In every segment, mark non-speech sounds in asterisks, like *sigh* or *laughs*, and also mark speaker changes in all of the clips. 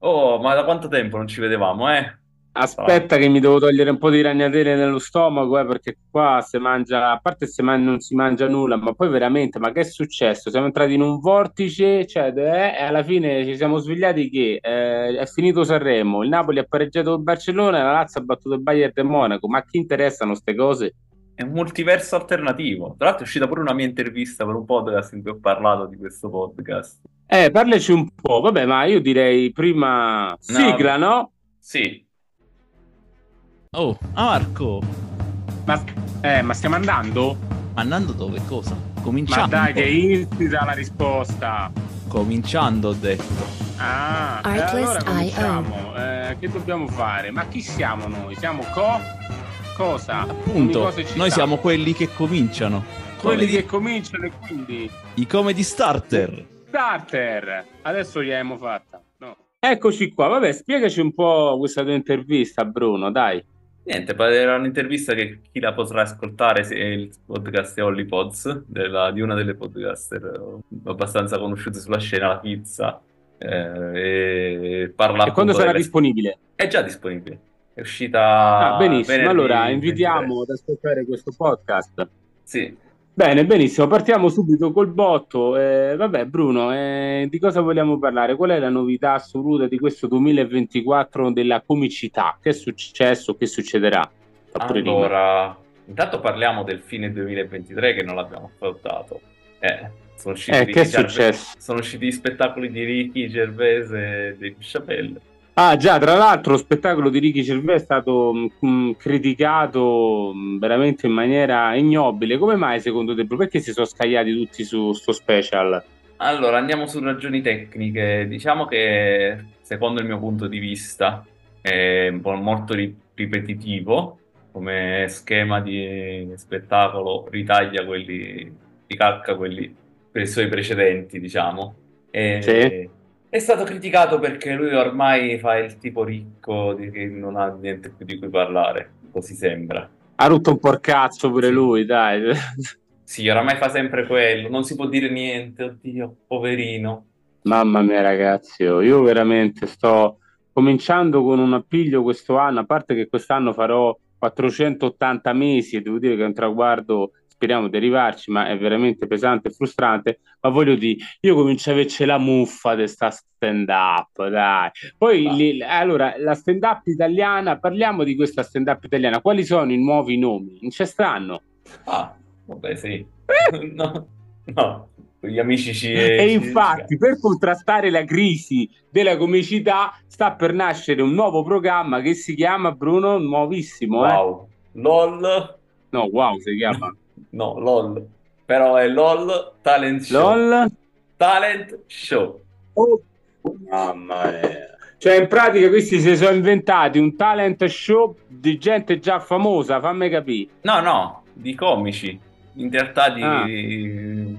Speaker 1: Oh, ma da quanto tempo non ci vedevamo, eh? Sarà-
Speaker 2: Aspetta che mi devo togliere un po' di ragnatele nello stomaco, eh, perché qua si mangia, a parte se man- non si mangia nulla, ma poi veramente, ma che è successo? Siamo entrati in un vortice, cioè, eh, e alla fine ci siamo svegliati che eh, è finito Sanremo, il Napoli ha pareggiato il Barcellona, e la Lazio ha battuto il Bayern di Monaco, ma a chi interessano queste cose?
Speaker 1: È un multiverso alternativo. Tra l'altro è uscita pure una mia intervista per un podcast in cui ho parlato di questo podcast.
Speaker 2: Eh, parlaci un po', vabbè, ma io direi prima
Speaker 1: No,
Speaker 2: sigla, no?
Speaker 1: sì,
Speaker 3: Oh, ah, Marco,
Speaker 2: Ma, eh, ma stiamo andando?
Speaker 3: ma andando dove? Cosa?
Speaker 2: Ma dai, che
Speaker 3: Cominciando.
Speaker 2: insita la risposta!
Speaker 3: Cominciando, ho detto.
Speaker 2: Ah, e allora
Speaker 4: Artlist.io.
Speaker 2: cominciamo. Eh, che dobbiamo fare? Ma chi siamo noi? Siamo co? Cosa? Ogni
Speaker 3: Appunto,
Speaker 2: cosa ci
Speaker 3: noi
Speaker 2: sta.
Speaker 3: siamo quelli che cominciano. Come
Speaker 2: Quelli
Speaker 3: di,
Speaker 2: che cominciano e quindi...
Speaker 3: I comedy starter.
Speaker 2: Starter! Adesso gliel'abbiamo fatta. No. Eccoci qua. Vabbè, spiegaci un po' questa tua intervista, Bruno, dai.
Speaker 1: niente, pa- era un'intervista che chi la potrà ascoltare se il podcast è Holly Pods, della- di una delle podcaster eh, abbastanza conosciute sulla scena, la Pizza, eh, e parla
Speaker 2: E quando
Speaker 1: appunto
Speaker 2: sarà
Speaker 1: delle...
Speaker 2: disponibile?
Speaker 1: È già disponibile, è
Speaker 2: Ah,
Speaker 1: uscita
Speaker 2: benissimo. Allora,
Speaker 1: venerdì 23.
Speaker 2: invitiamo ad ascoltare questo podcast.
Speaker 1: Sì.
Speaker 2: Bene, benissimo, partiamo subito col botto. Eh, vabbè, Bruno, eh, di cosa vogliamo parlare? Qual è la novità assoluta di questo 2024 della comicità? Che è successo? Che succederà? Fa pure rima.
Speaker 1: Allora, intanto parliamo del fine 2023 che non l'abbiamo affrontato. Eh, sono usciti
Speaker 2: Eh, che è
Speaker 1: Ricky Gervais,
Speaker 2: successo?
Speaker 1: sono usciti gli spettacoli di Ricky Gervais e di Chappelle.
Speaker 2: Ah, già, tra l'altro, lo spettacolo di Ricky Gervais è stato mh, mh, criticato mh, veramente in maniera ignobile. Come mai, secondo te, Bruno? Perché si sono scagliati tutti su sto special?
Speaker 1: Allora, andiamo su ragioni tecniche. Diciamo che, secondo il mio punto di vista, è un po' molto ri- ripetitivo come schema di spettacolo, ritaglia quelli, ricalca quelli per i suoi precedenti, diciamo.
Speaker 2: Sì.
Speaker 1: E- è stato criticato perché lui ormai fa il tipo ricco di- che non ha niente più di cui parlare, così sembra.
Speaker 2: Ha rotto un po' il cazzo pure
Speaker 1: Sì.
Speaker 2: lui, dai.
Speaker 1: Sì, oramai fa sempre quello, non si può dire niente, oddio, poverino.
Speaker 2: Mamma mia, ragazzi, oh, io veramente sto cominciando con un appiglio questo anno, a parte che quest'anno farò 480 mesi, e devo dire che è un traguardo, speriamo di arrivarci, ma è veramente pesante e frustrante, ma voglio dire, io comincio a averci la muffa di sta stand-up, dai. Poi,
Speaker 1: Va.
Speaker 2: lì- allora, la stand-up italiana, parliamo di questa stand-up italiana, quali sono i nuovi nomi? Non c'è strano.
Speaker 1: Ah, vabbè, sì. *laughs* No, no, gli amici ci...
Speaker 2: E
Speaker 1: ci-
Speaker 2: infatti, per contrastare la crisi della comicità, sta per nascere un nuovo programma che si chiama Bruno Nuovissimo, eh?
Speaker 1: Wow. LOL.
Speaker 2: No, wow, si *laughs* chiama
Speaker 1: No, LOL. Però è LOL Talent Show.
Speaker 2: LOL.
Speaker 1: Talent Show.
Speaker 2: Oh, mamma mia. Cioè, in pratica, questi si sono inventati un talent show di gente già famosa, fammi capire.
Speaker 1: No, no, di comici. In realtà di...
Speaker 2: Ah,
Speaker 1: in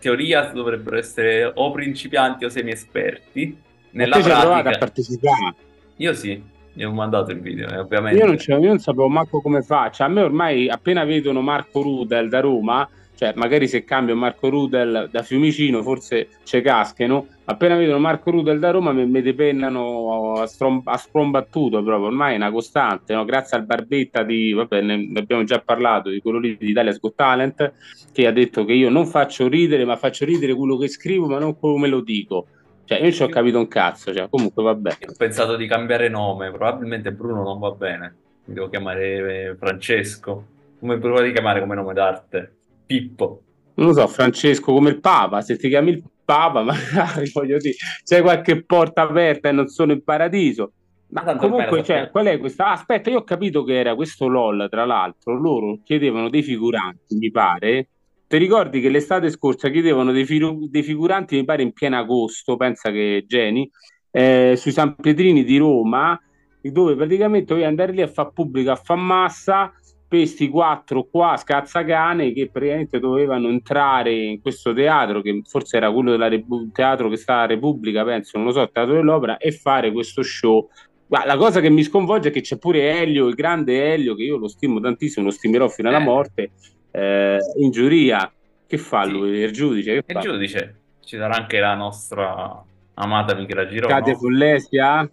Speaker 1: teoria dovrebbero essere o principianti o semi-esperti.
Speaker 2: e
Speaker 1: Nella
Speaker 2: te ci hai provato a
Speaker 1: pratica...
Speaker 2: partecipare.
Speaker 1: Io sì, gli ho mandato il video, eh,
Speaker 2: Io non,
Speaker 1: ovviamente.
Speaker 2: ce- io non sapevo manco come faccia. A me ormai appena vedono Marco Rudel da Roma, cioè magari se cambio Marco Rudel da Fiumicino forse ci cascheno. Appena vedono Marco Rudel da Roma mi, mi depennano a, strom- a sprombattuto proprio. Ormai è una costante, no? grazie al Barbetta di, vabbè, ne, ne abbiamo già parlato, di quello lì di Italia's Got Talent, che ha detto che io non faccio ridere, ma faccio ridere quello che scrivo, ma non come lo dico. Cioè, io non ci ho capito un cazzo, cioè, comunque vabbè.
Speaker 1: Io Ho pensato di cambiare nome, probabilmente Bruno non va bene. Mi devo chiamare eh, Francesco. Come prova di chiamare come nome d'arte? Pippo.
Speaker 2: non lo so, Francesco come il Papa, se ti chiami il Papa, *laughs* magari voglio dire, c'è qualche porta aperta e non sono in paradiso.
Speaker 1: Ma
Speaker 2: Ma
Speaker 1: tanto ormai lo
Speaker 2: comunque, cioè,
Speaker 1: sappiamo.
Speaker 2: qual è questa? ah, Aspetta, io ho capito che era questo LOL, tra l'altro, loro chiedevano dei figuranti, mi pare. Ti ricordi che l'estate scorsa chiedevano dei, firu- dei figuranti, mi pare in pieno agosto, pensa che geni, eh, sui San Pietrini di Roma, dove praticamente dovevi andare lì a far pubblico, a far massa, questi quattro qua scazzacane che praticamente dovevano entrare in questo teatro che forse era quello del teatro che sta a Repubblica penso non lo so, il teatro dell'opera e fare questo show Ma la cosa che mi sconvolge è che c'è pure Elio, il grande Elio che io lo stimo tantissimo, lo stimerò fino alla
Speaker 1: Eh,
Speaker 2: morte eh, in giuria che fa
Speaker 1: sì.
Speaker 2: Ah, lui, il giudice che
Speaker 1: E il
Speaker 2: fa?
Speaker 1: giudice ci darà anche la nostra Amata Michela Girona.
Speaker 2: Cate Fullesia?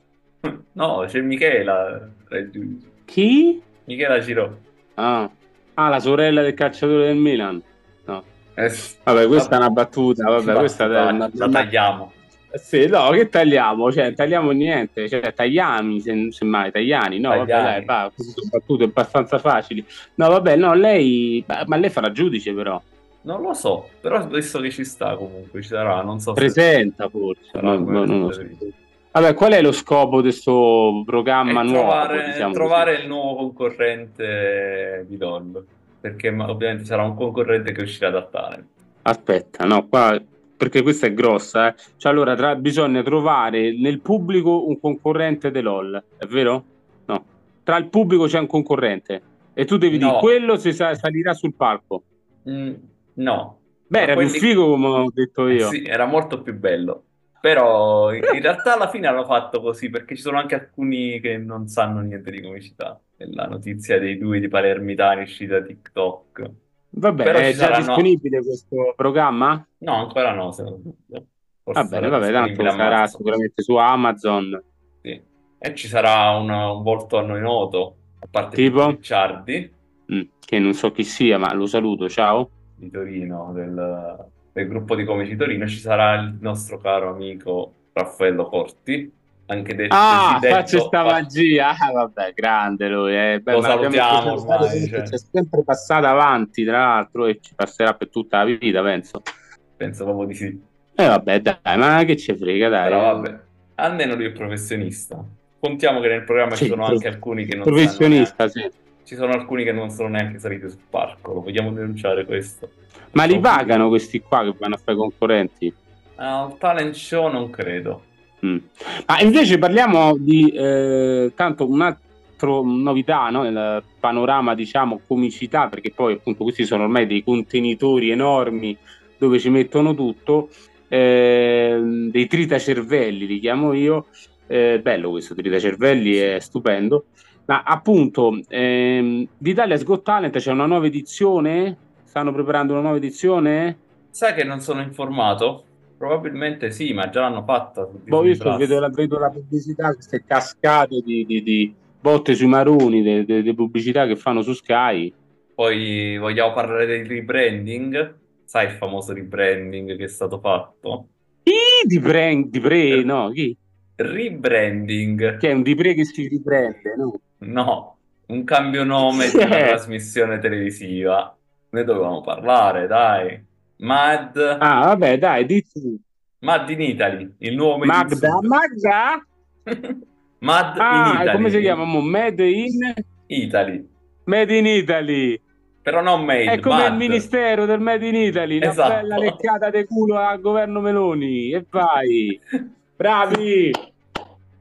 Speaker 1: No, c'è Michela.
Speaker 2: Chi?
Speaker 1: Michela Girò.
Speaker 2: Ah. Ah, la sorella del calciatore del Milan.
Speaker 1: Eh,
Speaker 2: Vabbè, questa
Speaker 1: Vabbè.
Speaker 2: è una battuta. Vabbè,
Speaker 1: basta,
Speaker 2: questa è
Speaker 1: dai,
Speaker 2: una,
Speaker 1: la tagliamo.
Speaker 2: Sì, no, che tagliamo? Cioè, tagliamo niente, cioè, tagliami, se- semmai, tagliani, no, vabbè,
Speaker 1: Tagliani.
Speaker 2: dai, va, queste sono battute abbastanza facili. No, vabbè, no, lei, ma ma lei farà giudice però,
Speaker 1: Non lo so, però adesso che ci sta comunque, ci sarà, non so se...
Speaker 2: presenta forse,
Speaker 1: sarà
Speaker 2: no,
Speaker 1: come
Speaker 2: no, non lo so.
Speaker 1: preferito.
Speaker 2: Vabbè, qual è lo scopo di questo
Speaker 1: E
Speaker 2: programma nuovo?
Speaker 1: trovare,
Speaker 2: diciamo
Speaker 1: trovare
Speaker 2: così?
Speaker 1: il nuovo concorrente di Doll, perché ma- ovviamente sarà un concorrente che uscirà da Talent.
Speaker 2: Aspetta, no, qua, perché questa è grossa, eh. Cioè, allora, tra- bisogna trovare nel pubblico un concorrente dell'OL, è vero? No, tra il pubblico c'è un concorrente e tu devi
Speaker 1: No.
Speaker 2: dire, quello si sa- salirà sul palco.
Speaker 1: Mm, no,
Speaker 2: Beh, era
Speaker 1: Ma
Speaker 2: più
Speaker 1: quelli-
Speaker 2: figo come ho detto
Speaker 1: Eh
Speaker 2: io.
Speaker 1: sì, era molto più bello. Però in in realtà alla fine hanno fatto così perché ci sono anche alcuni che non sanno niente di comicità. E La notizia dei due di palermitani uscita da TikTok.
Speaker 2: Vabbè,
Speaker 1: Però
Speaker 2: è
Speaker 1: ci
Speaker 2: già
Speaker 1: saranno-
Speaker 2: disponibile questo programma?
Speaker 1: No, ancora no, se non sbaglio. Forse
Speaker 2: Va bene,
Speaker 1: sarà
Speaker 2: vabbè, tanto
Speaker 1: disponibile a
Speaker 2: sarà
Speaker 1: marzo.
Speaker 2: sicuramente su Amazon.
Speaker 1: Sì. E ci sarà un, un volto a noi noto, a parte
Speaker 2: Tipo?
Speaker 1: Ricciardi
Speaker 2: Mm, che non so chi sia, ma lo saluto, ciao.
Speaker 1: di Torino, del, del gruppo di comici di Torino, ci sarà il nostro caro amico Raffaello Corti, anche de-
Speaker 2: Ah,
Speaker 1: desidetto-
Speaker 2: faccio sta magia. Ah, vabbè, grande lui. eh. Beh,
Speaker 1: Lo
Speaker 2: ma l'abbiamo
Speaker 1: salutiamo
Speaker 2: escusato
Speaker 1: ormai, cioè.
Speaker 2: perché C'è sempre passato avanti, tra l'altro, e ci passerà per tutta la vita, penso.
Speaker 1: Penso proprio di sì.
Speaker 2: E vabbè, dai, ma che ci frega, dai.
Speaker 1: Però vabbè, almeno lui è professionista. Contiamo che nel programma ci
Speaker 2: Sì,
Speaker 1: sono
Speaker 2: prof-
Speaker 1: anche alcuni che non sanno
Speaker 2: Professionista,
Speaker 1: neanche-
Speaker 2: sì.
Speaker 1: ci sono alcuni che non sono neanche saliti sul palco. Lo vogliamo denunciare questo?
Speaker 2: Ma li
Speaker 1: Oh.
Speaker 2: pagano questi qua che vanno a fare i concorrenti?
Speaker 1: Al Ah, talent show non credo.
Speaker 2: Mm. Ma invece parliamo di eh, tanto un'altra novità no? nel panorama, diciamo, comicità, perché poi appunto questi sono ormai dei contenitori enormi dove ci mettono tutto, ehm, dei tritacervelli li chiamo io, Eh, bello questo tritacervelli, è stupendo, ma appunto ehm, d'Italia's Got Talent c'è una nuova edizione? Stanno preparando una nuova edizione?
Speaker 1: Sai che non sono informato? Probabilmente sì, ma già l'hanno fatta su
Speaker 2: Boh,
Speaker 1: Disney
Speaker 2: io sto-
Speaker 1: Plus.
Speaker 2: vedo, la, vedo la pubblicità, queste cascate di, di- di botte sui maroni, de- de- di pubblicità che fanno su Sky.
Speaker 1: Poi vogliamo parlare del rebranding? Sai il famoso rebranding che è stato fatto?
Speaker 2: Chi di pre, di pre no? Chi?
Speaker 1: Rebranding.
Speaker 2: Che è un di pre che si riprende, no?
Speaker 1: No, un cambio nome di una
Speaker 2: *laughs* Sì.
Speaker 1: trasmissione televisiva. Ne dovevamo parlare, dai. Mad,
Speaker 2: Ah, vabbè, dai, dici.
Speaker 1: Mad in Italy, il nuovo Made in
Speaker 2: Magda,
Speaker 1: Sud.
Speaker 2: Magda?
Speaker 1: *laughs* Mad in
Speaker 2: Ah, e
Speaker 1: Italy.
Speaker 2: come si chiama? mo? Made in,
Speaker 1: Italy.
Speaker 2: Made in Italy.
Speaker 1: Però non made,
Speaker 2: È come il
Speaker 1: Mad.
Speaker 2: ministero del Made in Italy, una
Speaker 1: Esatto.
Speaker 2: bella leccata di culo al governo Meloni. E vai, bravi!
Speaker 1: *laughs*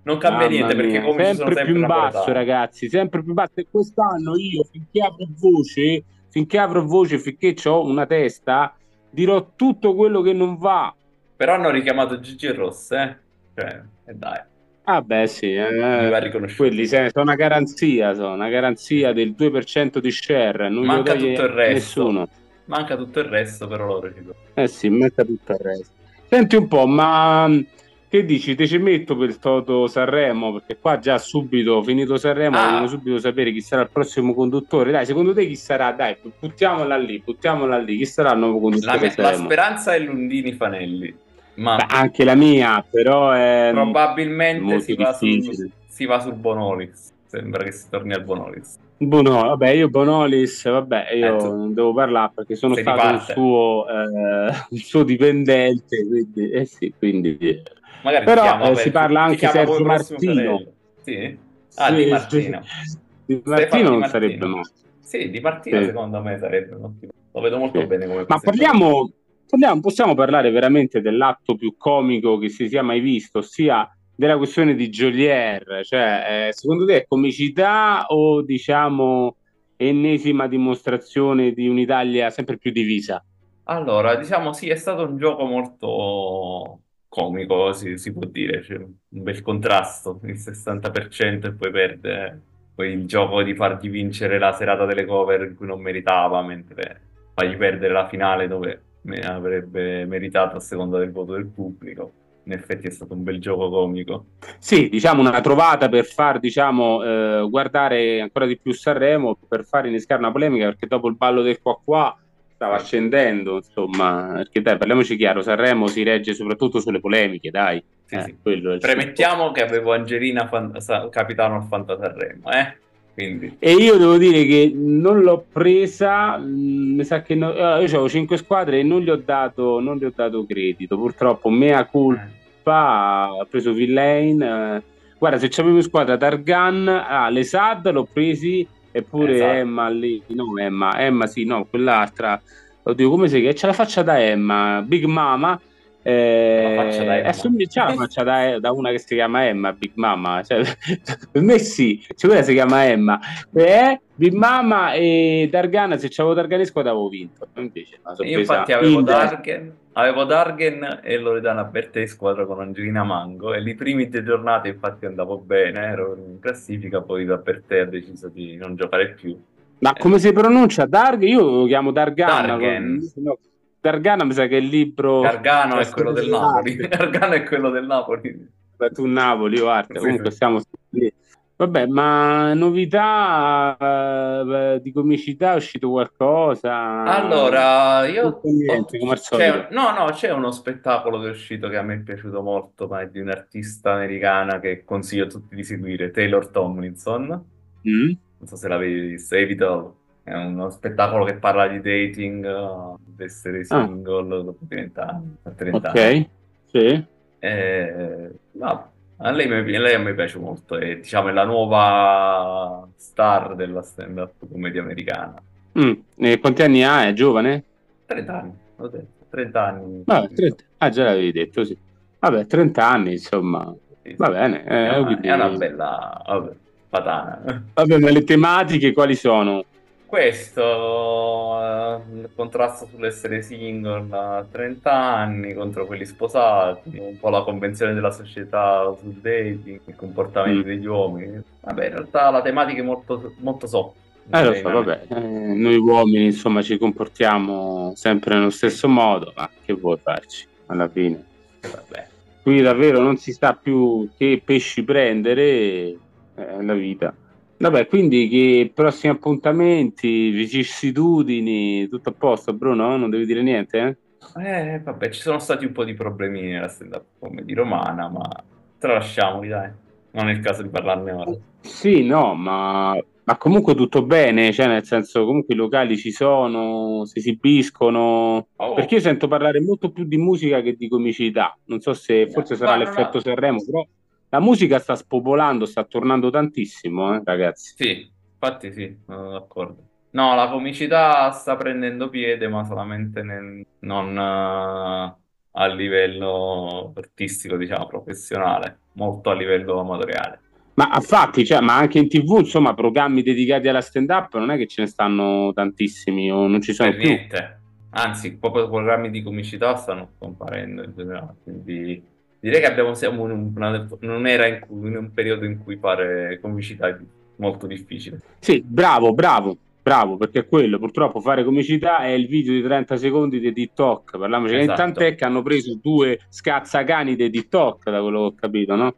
Speaker 1: Non cambia
Speaker 2: Mamma
Speaker 1: niente perché
Speaker 2: mia,
Speaker 1: come ci sono
Speaker 2: sempre più in basso,
Speaker 1: napoletani.
Speaker 2: ragazzi, sempre più in basso. E quest'anno io finché avrò voce, finché avrò voce, finché ho una testa, dirò tutto quello che non va.
Speaker 1: Però hanno richiamato Gigi Ross, eh. Cioè, e dai,
Speaker 2: Ah, beh, sì, eh,
Speaker 1: mi va riconosciuto.
Speaker 2: quelli se- sono una garanzia, sono una garanzia del 2% di share, non
Speaker 1: Manca
Speaker 2: glielo toglie
Speaker 1: tutto il resto.
Speaker 2: nessuno.
Speaker 1: Manca tutto il resto, però loro ci sono.
Speaker 2: Eh sì, metta tutto il resto. Senti un po', ma mh, che dici? Te ci metto per il Toto Sanremo? Perché qua già subito, finito Sanremo,
Speaker 1: Ah.
Speaker 2: vogliamo subito sapere chi sarà il prossimo conduttore. Dai, secondo te chi sarà? Dai, buttiamola lì, buttiamola lì. Chi sarà il nuovo
Speaker 1: La,
Speaker 2: conduttore
Speaker 1: mia-
Speaker 2: di
Speaker 1: la
Speaker 2: Sanremo?
Speaker 1: speranza è Lundini Fanelli, ma
Speaker 2: Beh, anche la mia, però è mm,
Speaker 1: probabilmente
Speaker 2: molto
Speaker 1: si va, sul,
Speaker 2: difficile.
Speaker 1: si va sul Bonolis. Sembra che si torni al Bonolis.
Speaker 2: Bono, vabbè, io Bonolis, vabbè, io
Speaker 1: Eh, tu-
Speaker 2: non devo parlare perché sono
Speaker 1: sei di
Speaker 2: stato un
Speaker 1: parte.
Speaker 2: suo, eh, *laughs* un suo dipendente, quindi, eh sì, quindi eh,
Speaker 1: Magari
Speaker 2: Però,
Speaker 1: ti chiama
Speaker 2: eh,
Speaker 1: per-
Speaker 2: si parla
Speaker 1: ti
Speaker 2: anche
Speaker 1: chiama
Speaker 2: Sergio
Speaker 1: come prossimo
Speaker 2: Martino.
Speaker 1: fratello. Sì? Ah, Di
Speaker 2: Sì,
Speaker 1: Martino.
Speaker 2: sì. *laughs* Di
Speaker 1: Stefano
Speaker 2: Martino
Speaker 1: Di
Speaker 2: non
Speaker 1: Martino.
Speaker 2: sarebbe male.
Speaker 1: Sì, Di Martino
Speaker 2: Sì.
Speaker 1: secondo me sarebbe un ottimo. Lo vedo molto
Speaker 2: Sì.
Speaker 1: bene come
Speaker 2: Ma parliamo, parliamo- possiamo parlare veramente dell'atto più comico che si sia mai visto, ossia della questione di Jolier. Cioè, eh, secondo te è comicità o diciamo ennesima dimostrazione di un'Italia sempre più divisa?
Speaker 1: Allora, diciamo sì, è stato un gioco molto comico, si, si può dire, c'è un bel contrasto, il 60% e poi perde poi il gioco di fargli vincere la serata delle cover in cui non meritava, mentre fagli perdere la finale dove me- avrebbe meritato a seconda del voto del pubblico. in effetti è stato un bel gioco comico.
Speaker 2: Sì, diciamo una trovata per far diciamo, eh, guardare ancora di più Sanremo, per far innescare una polemica, perché dopo il ballo del qua qua stava scendendo, insomma, perché dai, parliamoci chiaro, Sanremo si regge soprattutto sulle polemiche, dai.
Speaker 1: Sì,
Speaker 2: Eh,
Speaker 1: sì.
Speaker 2: quello è il suo-
Speaker 1: Premettiamo che avevo Angelina Fan- Sa- capitano al Fantasarremo, eh? Quindi
Speaker 2: E io devo dire che non l'ho presa, mh, mi sa che no- allora, io avevo 5 squadre e non gli ho dato, non gli ho dato credito, purtroppo mea culpa, ha preso Villain, eh, guarda se c'avevo in squadra Targan, ah, le Sad l'ho presi, eppure
Speaker 1: Esatto.
Speaker 2: Emma lì, no Emma, Emma sì, no, quell'altra, oddio come si chiama, c'è la faccia da Emma, Big Mama, eh,
Speaker 1: La faccia da Emma.
Speaker 2: eh, sommi- c'ha la faccia da, da una che si chiama Emma, Big Mama, cioè, *laughs* per me sì, cioè, quella si chiama Emma, eh, Big Mama e Dargana, se c'avevo Darganesco avevo vinto. Invece, no, sono
Speaker 1: io
Speaker 2: presa
Speaker 1: infatti avevo
Speaker 2: Indra.
Speaker 1: Dargen, avevo Dargen e Loredana Bertè in squadra con Angelina Mango e le prime due giornate infatti andavo bene, ero in classifica, poi da Bertè ha deciso di non giocare più.
Speaker 2: Ma come si pronuncia? Darg? Io lo chiamo Dargana.
Speaker 1: Dargen.
Speaker 2: con- no, Dargana mi sa che è il
Speaker 1: Oh,
Speaker 2: libro
Speaker 1: Gargano è
Speaker 2: questo
Speaker 1: quello
Speaker 2: è
Speaker 1: del
Speaker 2: il
Speaker 1: Napoli,
Speaker 2: Napoli.
Speaker 1: *laughs* Gargano è quello del Napoli.
Speaker 2: tu Napoli o arte.
Speaker 1: Sì,
Speaker 2: Comunque
Speaker 1: sì.
Speaker 2: siamo lì. Vabbè, ma novità eh, di comicità è uscito qualcosa?
Speaker 1: Ah, Allora, io
Speaker 2: Tutto niente, come al solito.
Speaker 1: c'è, no, no, c'è uno spettacolo che è uscito che a me è piaciuto molto, ma è di un'artista americana che consiglio a tutti di seguire, Taylor Tomlinson. Non
Speaker 2: Mm?
Speaker 1: so se l'avevi visto, Evitalo. È uno spettacolo che parla di dating, eh, di essere single dopo 30 anni, a 30 anni.
Speaker 2: Ah. Ok, sì.
Speaker 1: Eh, no, a lei, mi- a lei a me piace molto, è, diciamo, è la nuova star della stand-up commedia americana.
Speaker 2: Mm. E quanti anni ha? È giovane?
Speaker 1: 30 anni, l'ho detto, 30 anni.
Speaker 2: Vabbè, 30. Ah, già l'avevi detto, sì. Vabbè, 30 anni, insomma.
Speaker 1: Sì, sì.
Speaker 2: Va bene. eh,
Speaker 1: È una,
Speaker 2: quindi-
Speaker 1: è una bella vabbè, patana.
Speaker 2: Vabbè, ma le tematiche quali sono?
Speaker 1: Questo eh, il contrasto sull'essere single a 30 anni contro quelli sposati, un po' la convenzione della società sul dating, i comportamenti
Speaker 2: Mm.
Speaker 1: degli uomini. Vabbè, in realtà la tematica è molto, molto sotto.
Speaker 2: Eh, lo so, vabbè, eh, noi uomini insomma ci comportiamo sempre nello stesso modo, ma che vuoi farci alla fine?
Speaker 1: Vabbè.
Speaker 2: Qui davvero non si sa più che pesci prendere, eh, è la vita. Vabbè, quindi che prossimi appuntamenti, vicissitudini, tutto a posto, Bruno? Non devi dire niente, eh?
Speaker 1: Eh, vabbè, ci sono stati un po' di problemini nella stand-up comedy romana, ma tralasciamoli, dai. Non è il caso di parlarne ora.
Speaker 2: Sì, no, ma, ma comunque tutto bene, cioè nel senso comunque i locali ci sono, si esibiscono,
Speaker 1: Oh.
Speaker 2: perché io sento parlare molto più di musica che di comicità, non so se forse sarà
Speaker 1: Guarda,
Speaker 2: l'effetto
Speaker 1: Esatto. no.
Speaker 2: Sanremo, però la musica sta spopolando, sta tornando tantissimo, eh, ragazzi.
Speaker 1: Sì, infatti sì, sono d'accordo. No, la comicità sta prendendo piede, ma solamente nel- non eh, a livello artistico, diciamo, professionale, molto a livello amatoriale.
Speaker 2: Ma a fatti, cioè, ma anche in TV, insomma, programmi dedicati alla stand-up non è che ce ne stanno tantissimi o non ci sono
Speaker 1: Per
Speaker 2: Ah, più.
Speaker 1: Eh, niente. Anzi, proprio i programmi di comicità stanno scomparendo in generale, quindi direi che abbiamo, siamo in un- una- in un'era in cui- in un periodo in cui fare comicità è molto difficile.
Speaker 2: Sì, bravo, bravo, bravo, perché è quello purtroppo fare comicità è il video di 30 secondi di TikTok, parliamoci,
Speaker 1: Esatto.
Speaker 2: tant'è che hanno preso due scazzacani di TikTok, da quello che ho capito, no?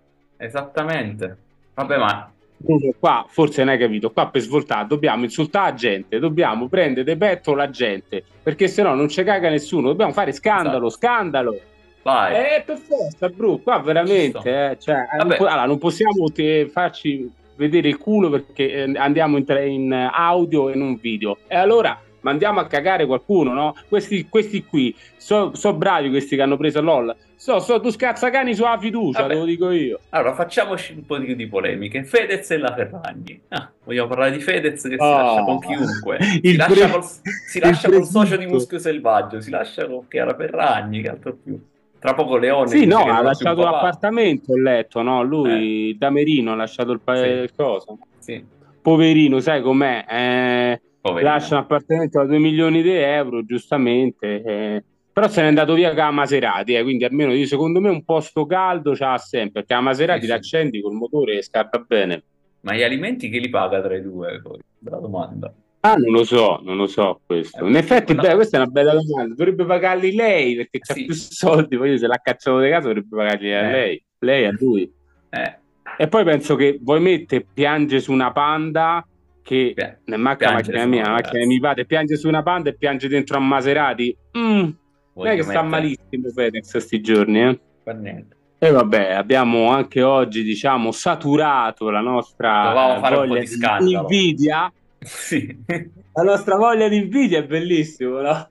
Speaker 1: Esattamente. Vabbè, ma...
Speaker 2: Uno Qua forse non hai capito, qua per svoltare dobbiamo insultare la gente, dobbiamo prendere de petto la gente, perché se no non ci caga nessuno, dobbiamo fare scandalo, scandalo.
Speaker 1: Esatto. Vai.
Speaker 2: Eh, per forza, bro, qua
Speaker 1: Ci sto.
Speaker 2: veramente, eh, cioè, eh, non,
Speaker 1: Vabbè.
Speaker 2: po- allora, non possiamo te- farci vedere il culo perché eh, andiamo in, tre- in audio e non video. E allora mandiamo a cagare qualcuno, no? Questi, questi qui, so, so bravi questi che hanno preso LOL, so, so tu scazzacani sulla fiducia,
Speaker 1: Vabbè.
Speaker 2: te lo dico io.
Speaker 1: Allora, facciamoci un po' di, di polemiche. Fedez e la Ferragni. Ah, vogliamo parlare di Fedez che si
Speaker 2: Oh.
Speaker 1: lascia con chiunque.
Speaker 2: *laughs*
Speaker 1: Si
Speaker 2: Il
Speaker 1: lascia,
Speaker 2: pre-
Speaker 1: col, si
Speaker 2: il
Speaker 1: lascia col socio di
Speaker 2: presunto.
Speaker 1: Muschio Selvaggio, si lascia con Chiara Ferragni, che altro più. Tra poco Leone
Speaker 2: Sì,
Speaker 1: dice
Speaker 2: no,
Speaker 1: che non
Speaker 2: ha
Speaker 1: più
Speaker 2: lasciato
Speaker 1: papà.
Speaker 2: l'appartamento, ho letto, no? Lui, il Damerino, ha lasciato il, pa-
Speaker 1: Sì.
Speaker 2: eh, il coso.
Speaker 1: Sì,
Speaker 2: Poverino, sai com'è? Eh,
Speaker 1: poverino.
Speaker 2: lascia un appartamento da 2 milioni di euro, giustamente. eh. Però se n'è andato via con la Maserati, eh, quindi almeno io, secondo me un posto caldo c'ha sempre, perché la Maserati
Speaker 1: Sì, Eh, sì.
Speaker 2: l'accendi col motore e scatta bene.
Speaker 1: Ma gli alimenti chi li paga tra i due? Poi? Bella domanda.
Speaker 2: Ah, non lo so, non lo so
Speaker 1: Eh,
Speaker 2: questo. In effetti,
Speaker 1: No.
Speaker 2: beh, questa è una bella domanda. Dovrebbe pagarli lei perché c'ha
Speaker 1: Eh, Sì.
Speaker 2: più soldi. Poi se l'ha cacciato di casa dovrebbe pagarli a
Speaker 1: Eh.
Speaker 2: lei, lei a lui.
Speaker 1: Eh,
Speaker 2: E poi penso che voi mette piange su una panda che
Speaker 1: beh,
Speaker 2: non è manca la
Speaker 1: Piange
Speaker 2: macchina
Speaker 1: su
Speaker 2: mia,
Speaker 1: una
Speaker 2: la macchina di mio padre, piange su una panda e piange dentro a Maserati. Mm,
Speaker 1: vuoi
Speaker 2: non è che
Speaker 1: che metta-
Speaker 2: sta malissimo Fedex sti giorni, eh.
Speaker 1: fa niente. *laughs*
Speaker 2: E vabbè, abbiamo anche oggi, diciamo, saturato la nostra
Speaker 1: Dovevamo
Speaker 2: eh,
Speaker 1: fare un po'
Speaker 2: voglia
Speaker 1: di scandalo.
Speaker 2: invidia.
Speaker 1: Sì, non
Speaker 2: La nostra voglia di invidia è bellissima, no?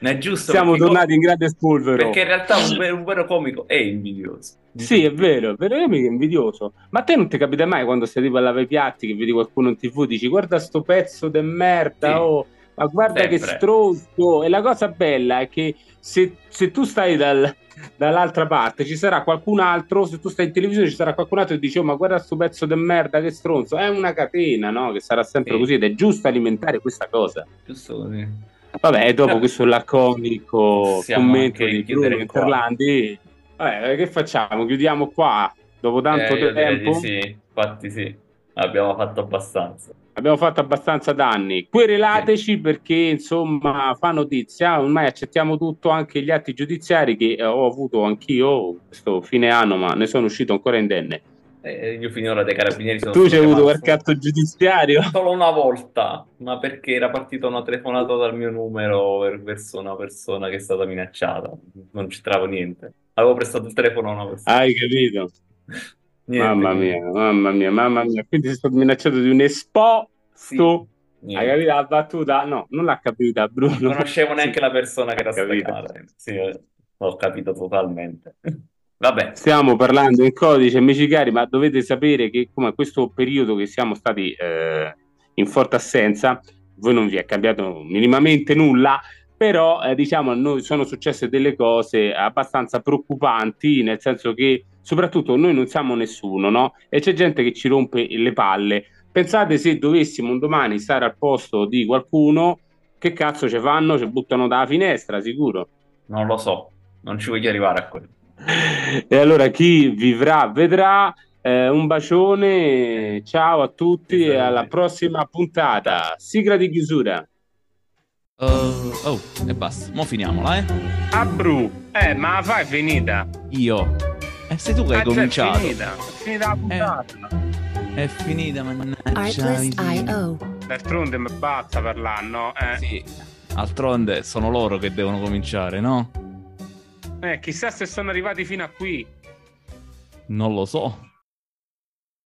Speaker 1: è giusto.
Speaker 2: Siamo
Speaker 1: perché-
Speaker 2: tornati in grande spolvero.
Speaker 1: Perché in realtà un vero, un vero comico è invidioso.
Speaker 2: Sì, è vero, è vero, io mi invidioso. Ma a te non ti capita mai quando sei tipo a lavare i piatti che vedi qualcuno in tv dici guarda sto pezzo de merda,
Speaker 1: Sì.
Speaker 2: oh, ma guarda che
Speaker 1: Sempre.
Speaker 2: stronzo. E la cosa bella è che se, se tu stai dal- dall'altra parte ci sarà qualcun altro, se tu stai in televisione ci sarà qualcun altro che dice oh ma guarda sto pezzo de merda che stronzo. È una catena, no? Che sarà sempre
Speaker 1: Sì.
Speaker 2: così ed è giusto alimentare questa cosa.
Speaker 1: Giusto così.
Speaker 2: Vabbè, e dopo questo laconico
Speaker 1: Possiamo
Speaker 2: commento
Speaker 1: anche
Speaker 2: di
Speaker 1: chiudere
Speaker 2: Bruno
Speaker 1: qua.
Speaker 2: Interlandi, vabbè, che facciamo? Chiudiamo qua dopo tanto
Speaker 1: Eh, io direi di
Speaker 2: tempo?
Speaker 1: sì, infatti sì, abbiamo fatto abbastanza.
Speaker 2: Abbiamo fatto abbastanza danni. Querelateci perché insomma fa notizia. Ormai accettiamo tutto, anche gli atti giudiziari che eh, ho avuto anch'io questo fine anno, ma ne sono uscito ancora indenne.
Speaker 1: Eh, io finora dei carabinieri sono
Speaker 2: Tu ci hai
Speaker 1: stato
Speaker 2: avuto
Speaker 1: rimasto
Speaker 2: qualche atto giudiziario? *laughs*
Speaker 1: Solo una volta, ma perché era partita una telefonata dal mio numero per- verso una persona che è stata minacciata. Non ci travo niente. Avevo prestato il telefono a una persona.
Speaker 2: Hai capito?
Speaker 1: *laughs* Niente,
Speaker 2: Ah, mamma
Speaker 1: quindi-
Speaker 2: mia, mamma mia, mamma mia. Quindi sei stato minacciato di un espo.
Speaker 1: Sì,
Speaker 2: Tu
Speaker 1: niente.
Speaker 2: hai capito la battuta? No, non l'ha capita, Bruno.
Speaker 1: Non conoscevo neanche la persona che era stata
Speaker 2: Capito.
Speaker 1: chiamata. Sì, eh, ho capito totalmente. *laughs* Vabbè,
Speaker 2: Stiamo parlando in codice, amici cari, ma dovete sapere che come questo periodo che siamo stati eh, in forte assenza, voi non vi è cambiato minimamente nulla, però eh, diciamo a noi sono successe delle cose abbastanza preoccupanti, nel senso che soprattutto noi non siamo nessuno, no? E c'è gente che ci rompe le palle. Pensate se dovessimo un domani stare al posto di qualcuno, che cazzo ci fanno? Ci buttano dalla finestra, sicuro.
Speaker 1: non lo so, non ci voglio arrivare a quello.
Speaker 2: *laughs* E allora chi vivrà vedrà. Eh, un bacione, ciao a tutti e alla prossima puntata. Sigla di chiusura.
Speaker 3: Eh, oh, e basta. Mo' finiamola, eh.
Speaker 2: Abru, eh, ma la fai finita. Ah,
Speaker 3: Io. E sei tu che hai cominciato.
Speaker 2: finita la puntata.
Speaker 3: È finita, mannaggia.
Speaker 4: Artlist.io.
Speaker 2: D'altronde mi basta parlare, no? Eh.
Speaker 3: Eh. Sì. Altronde sono loro che devono cominciare, no?
Speaker 2: Eh, chissà se sono arrivati fino a qui.
Speaker 3: Non lo so.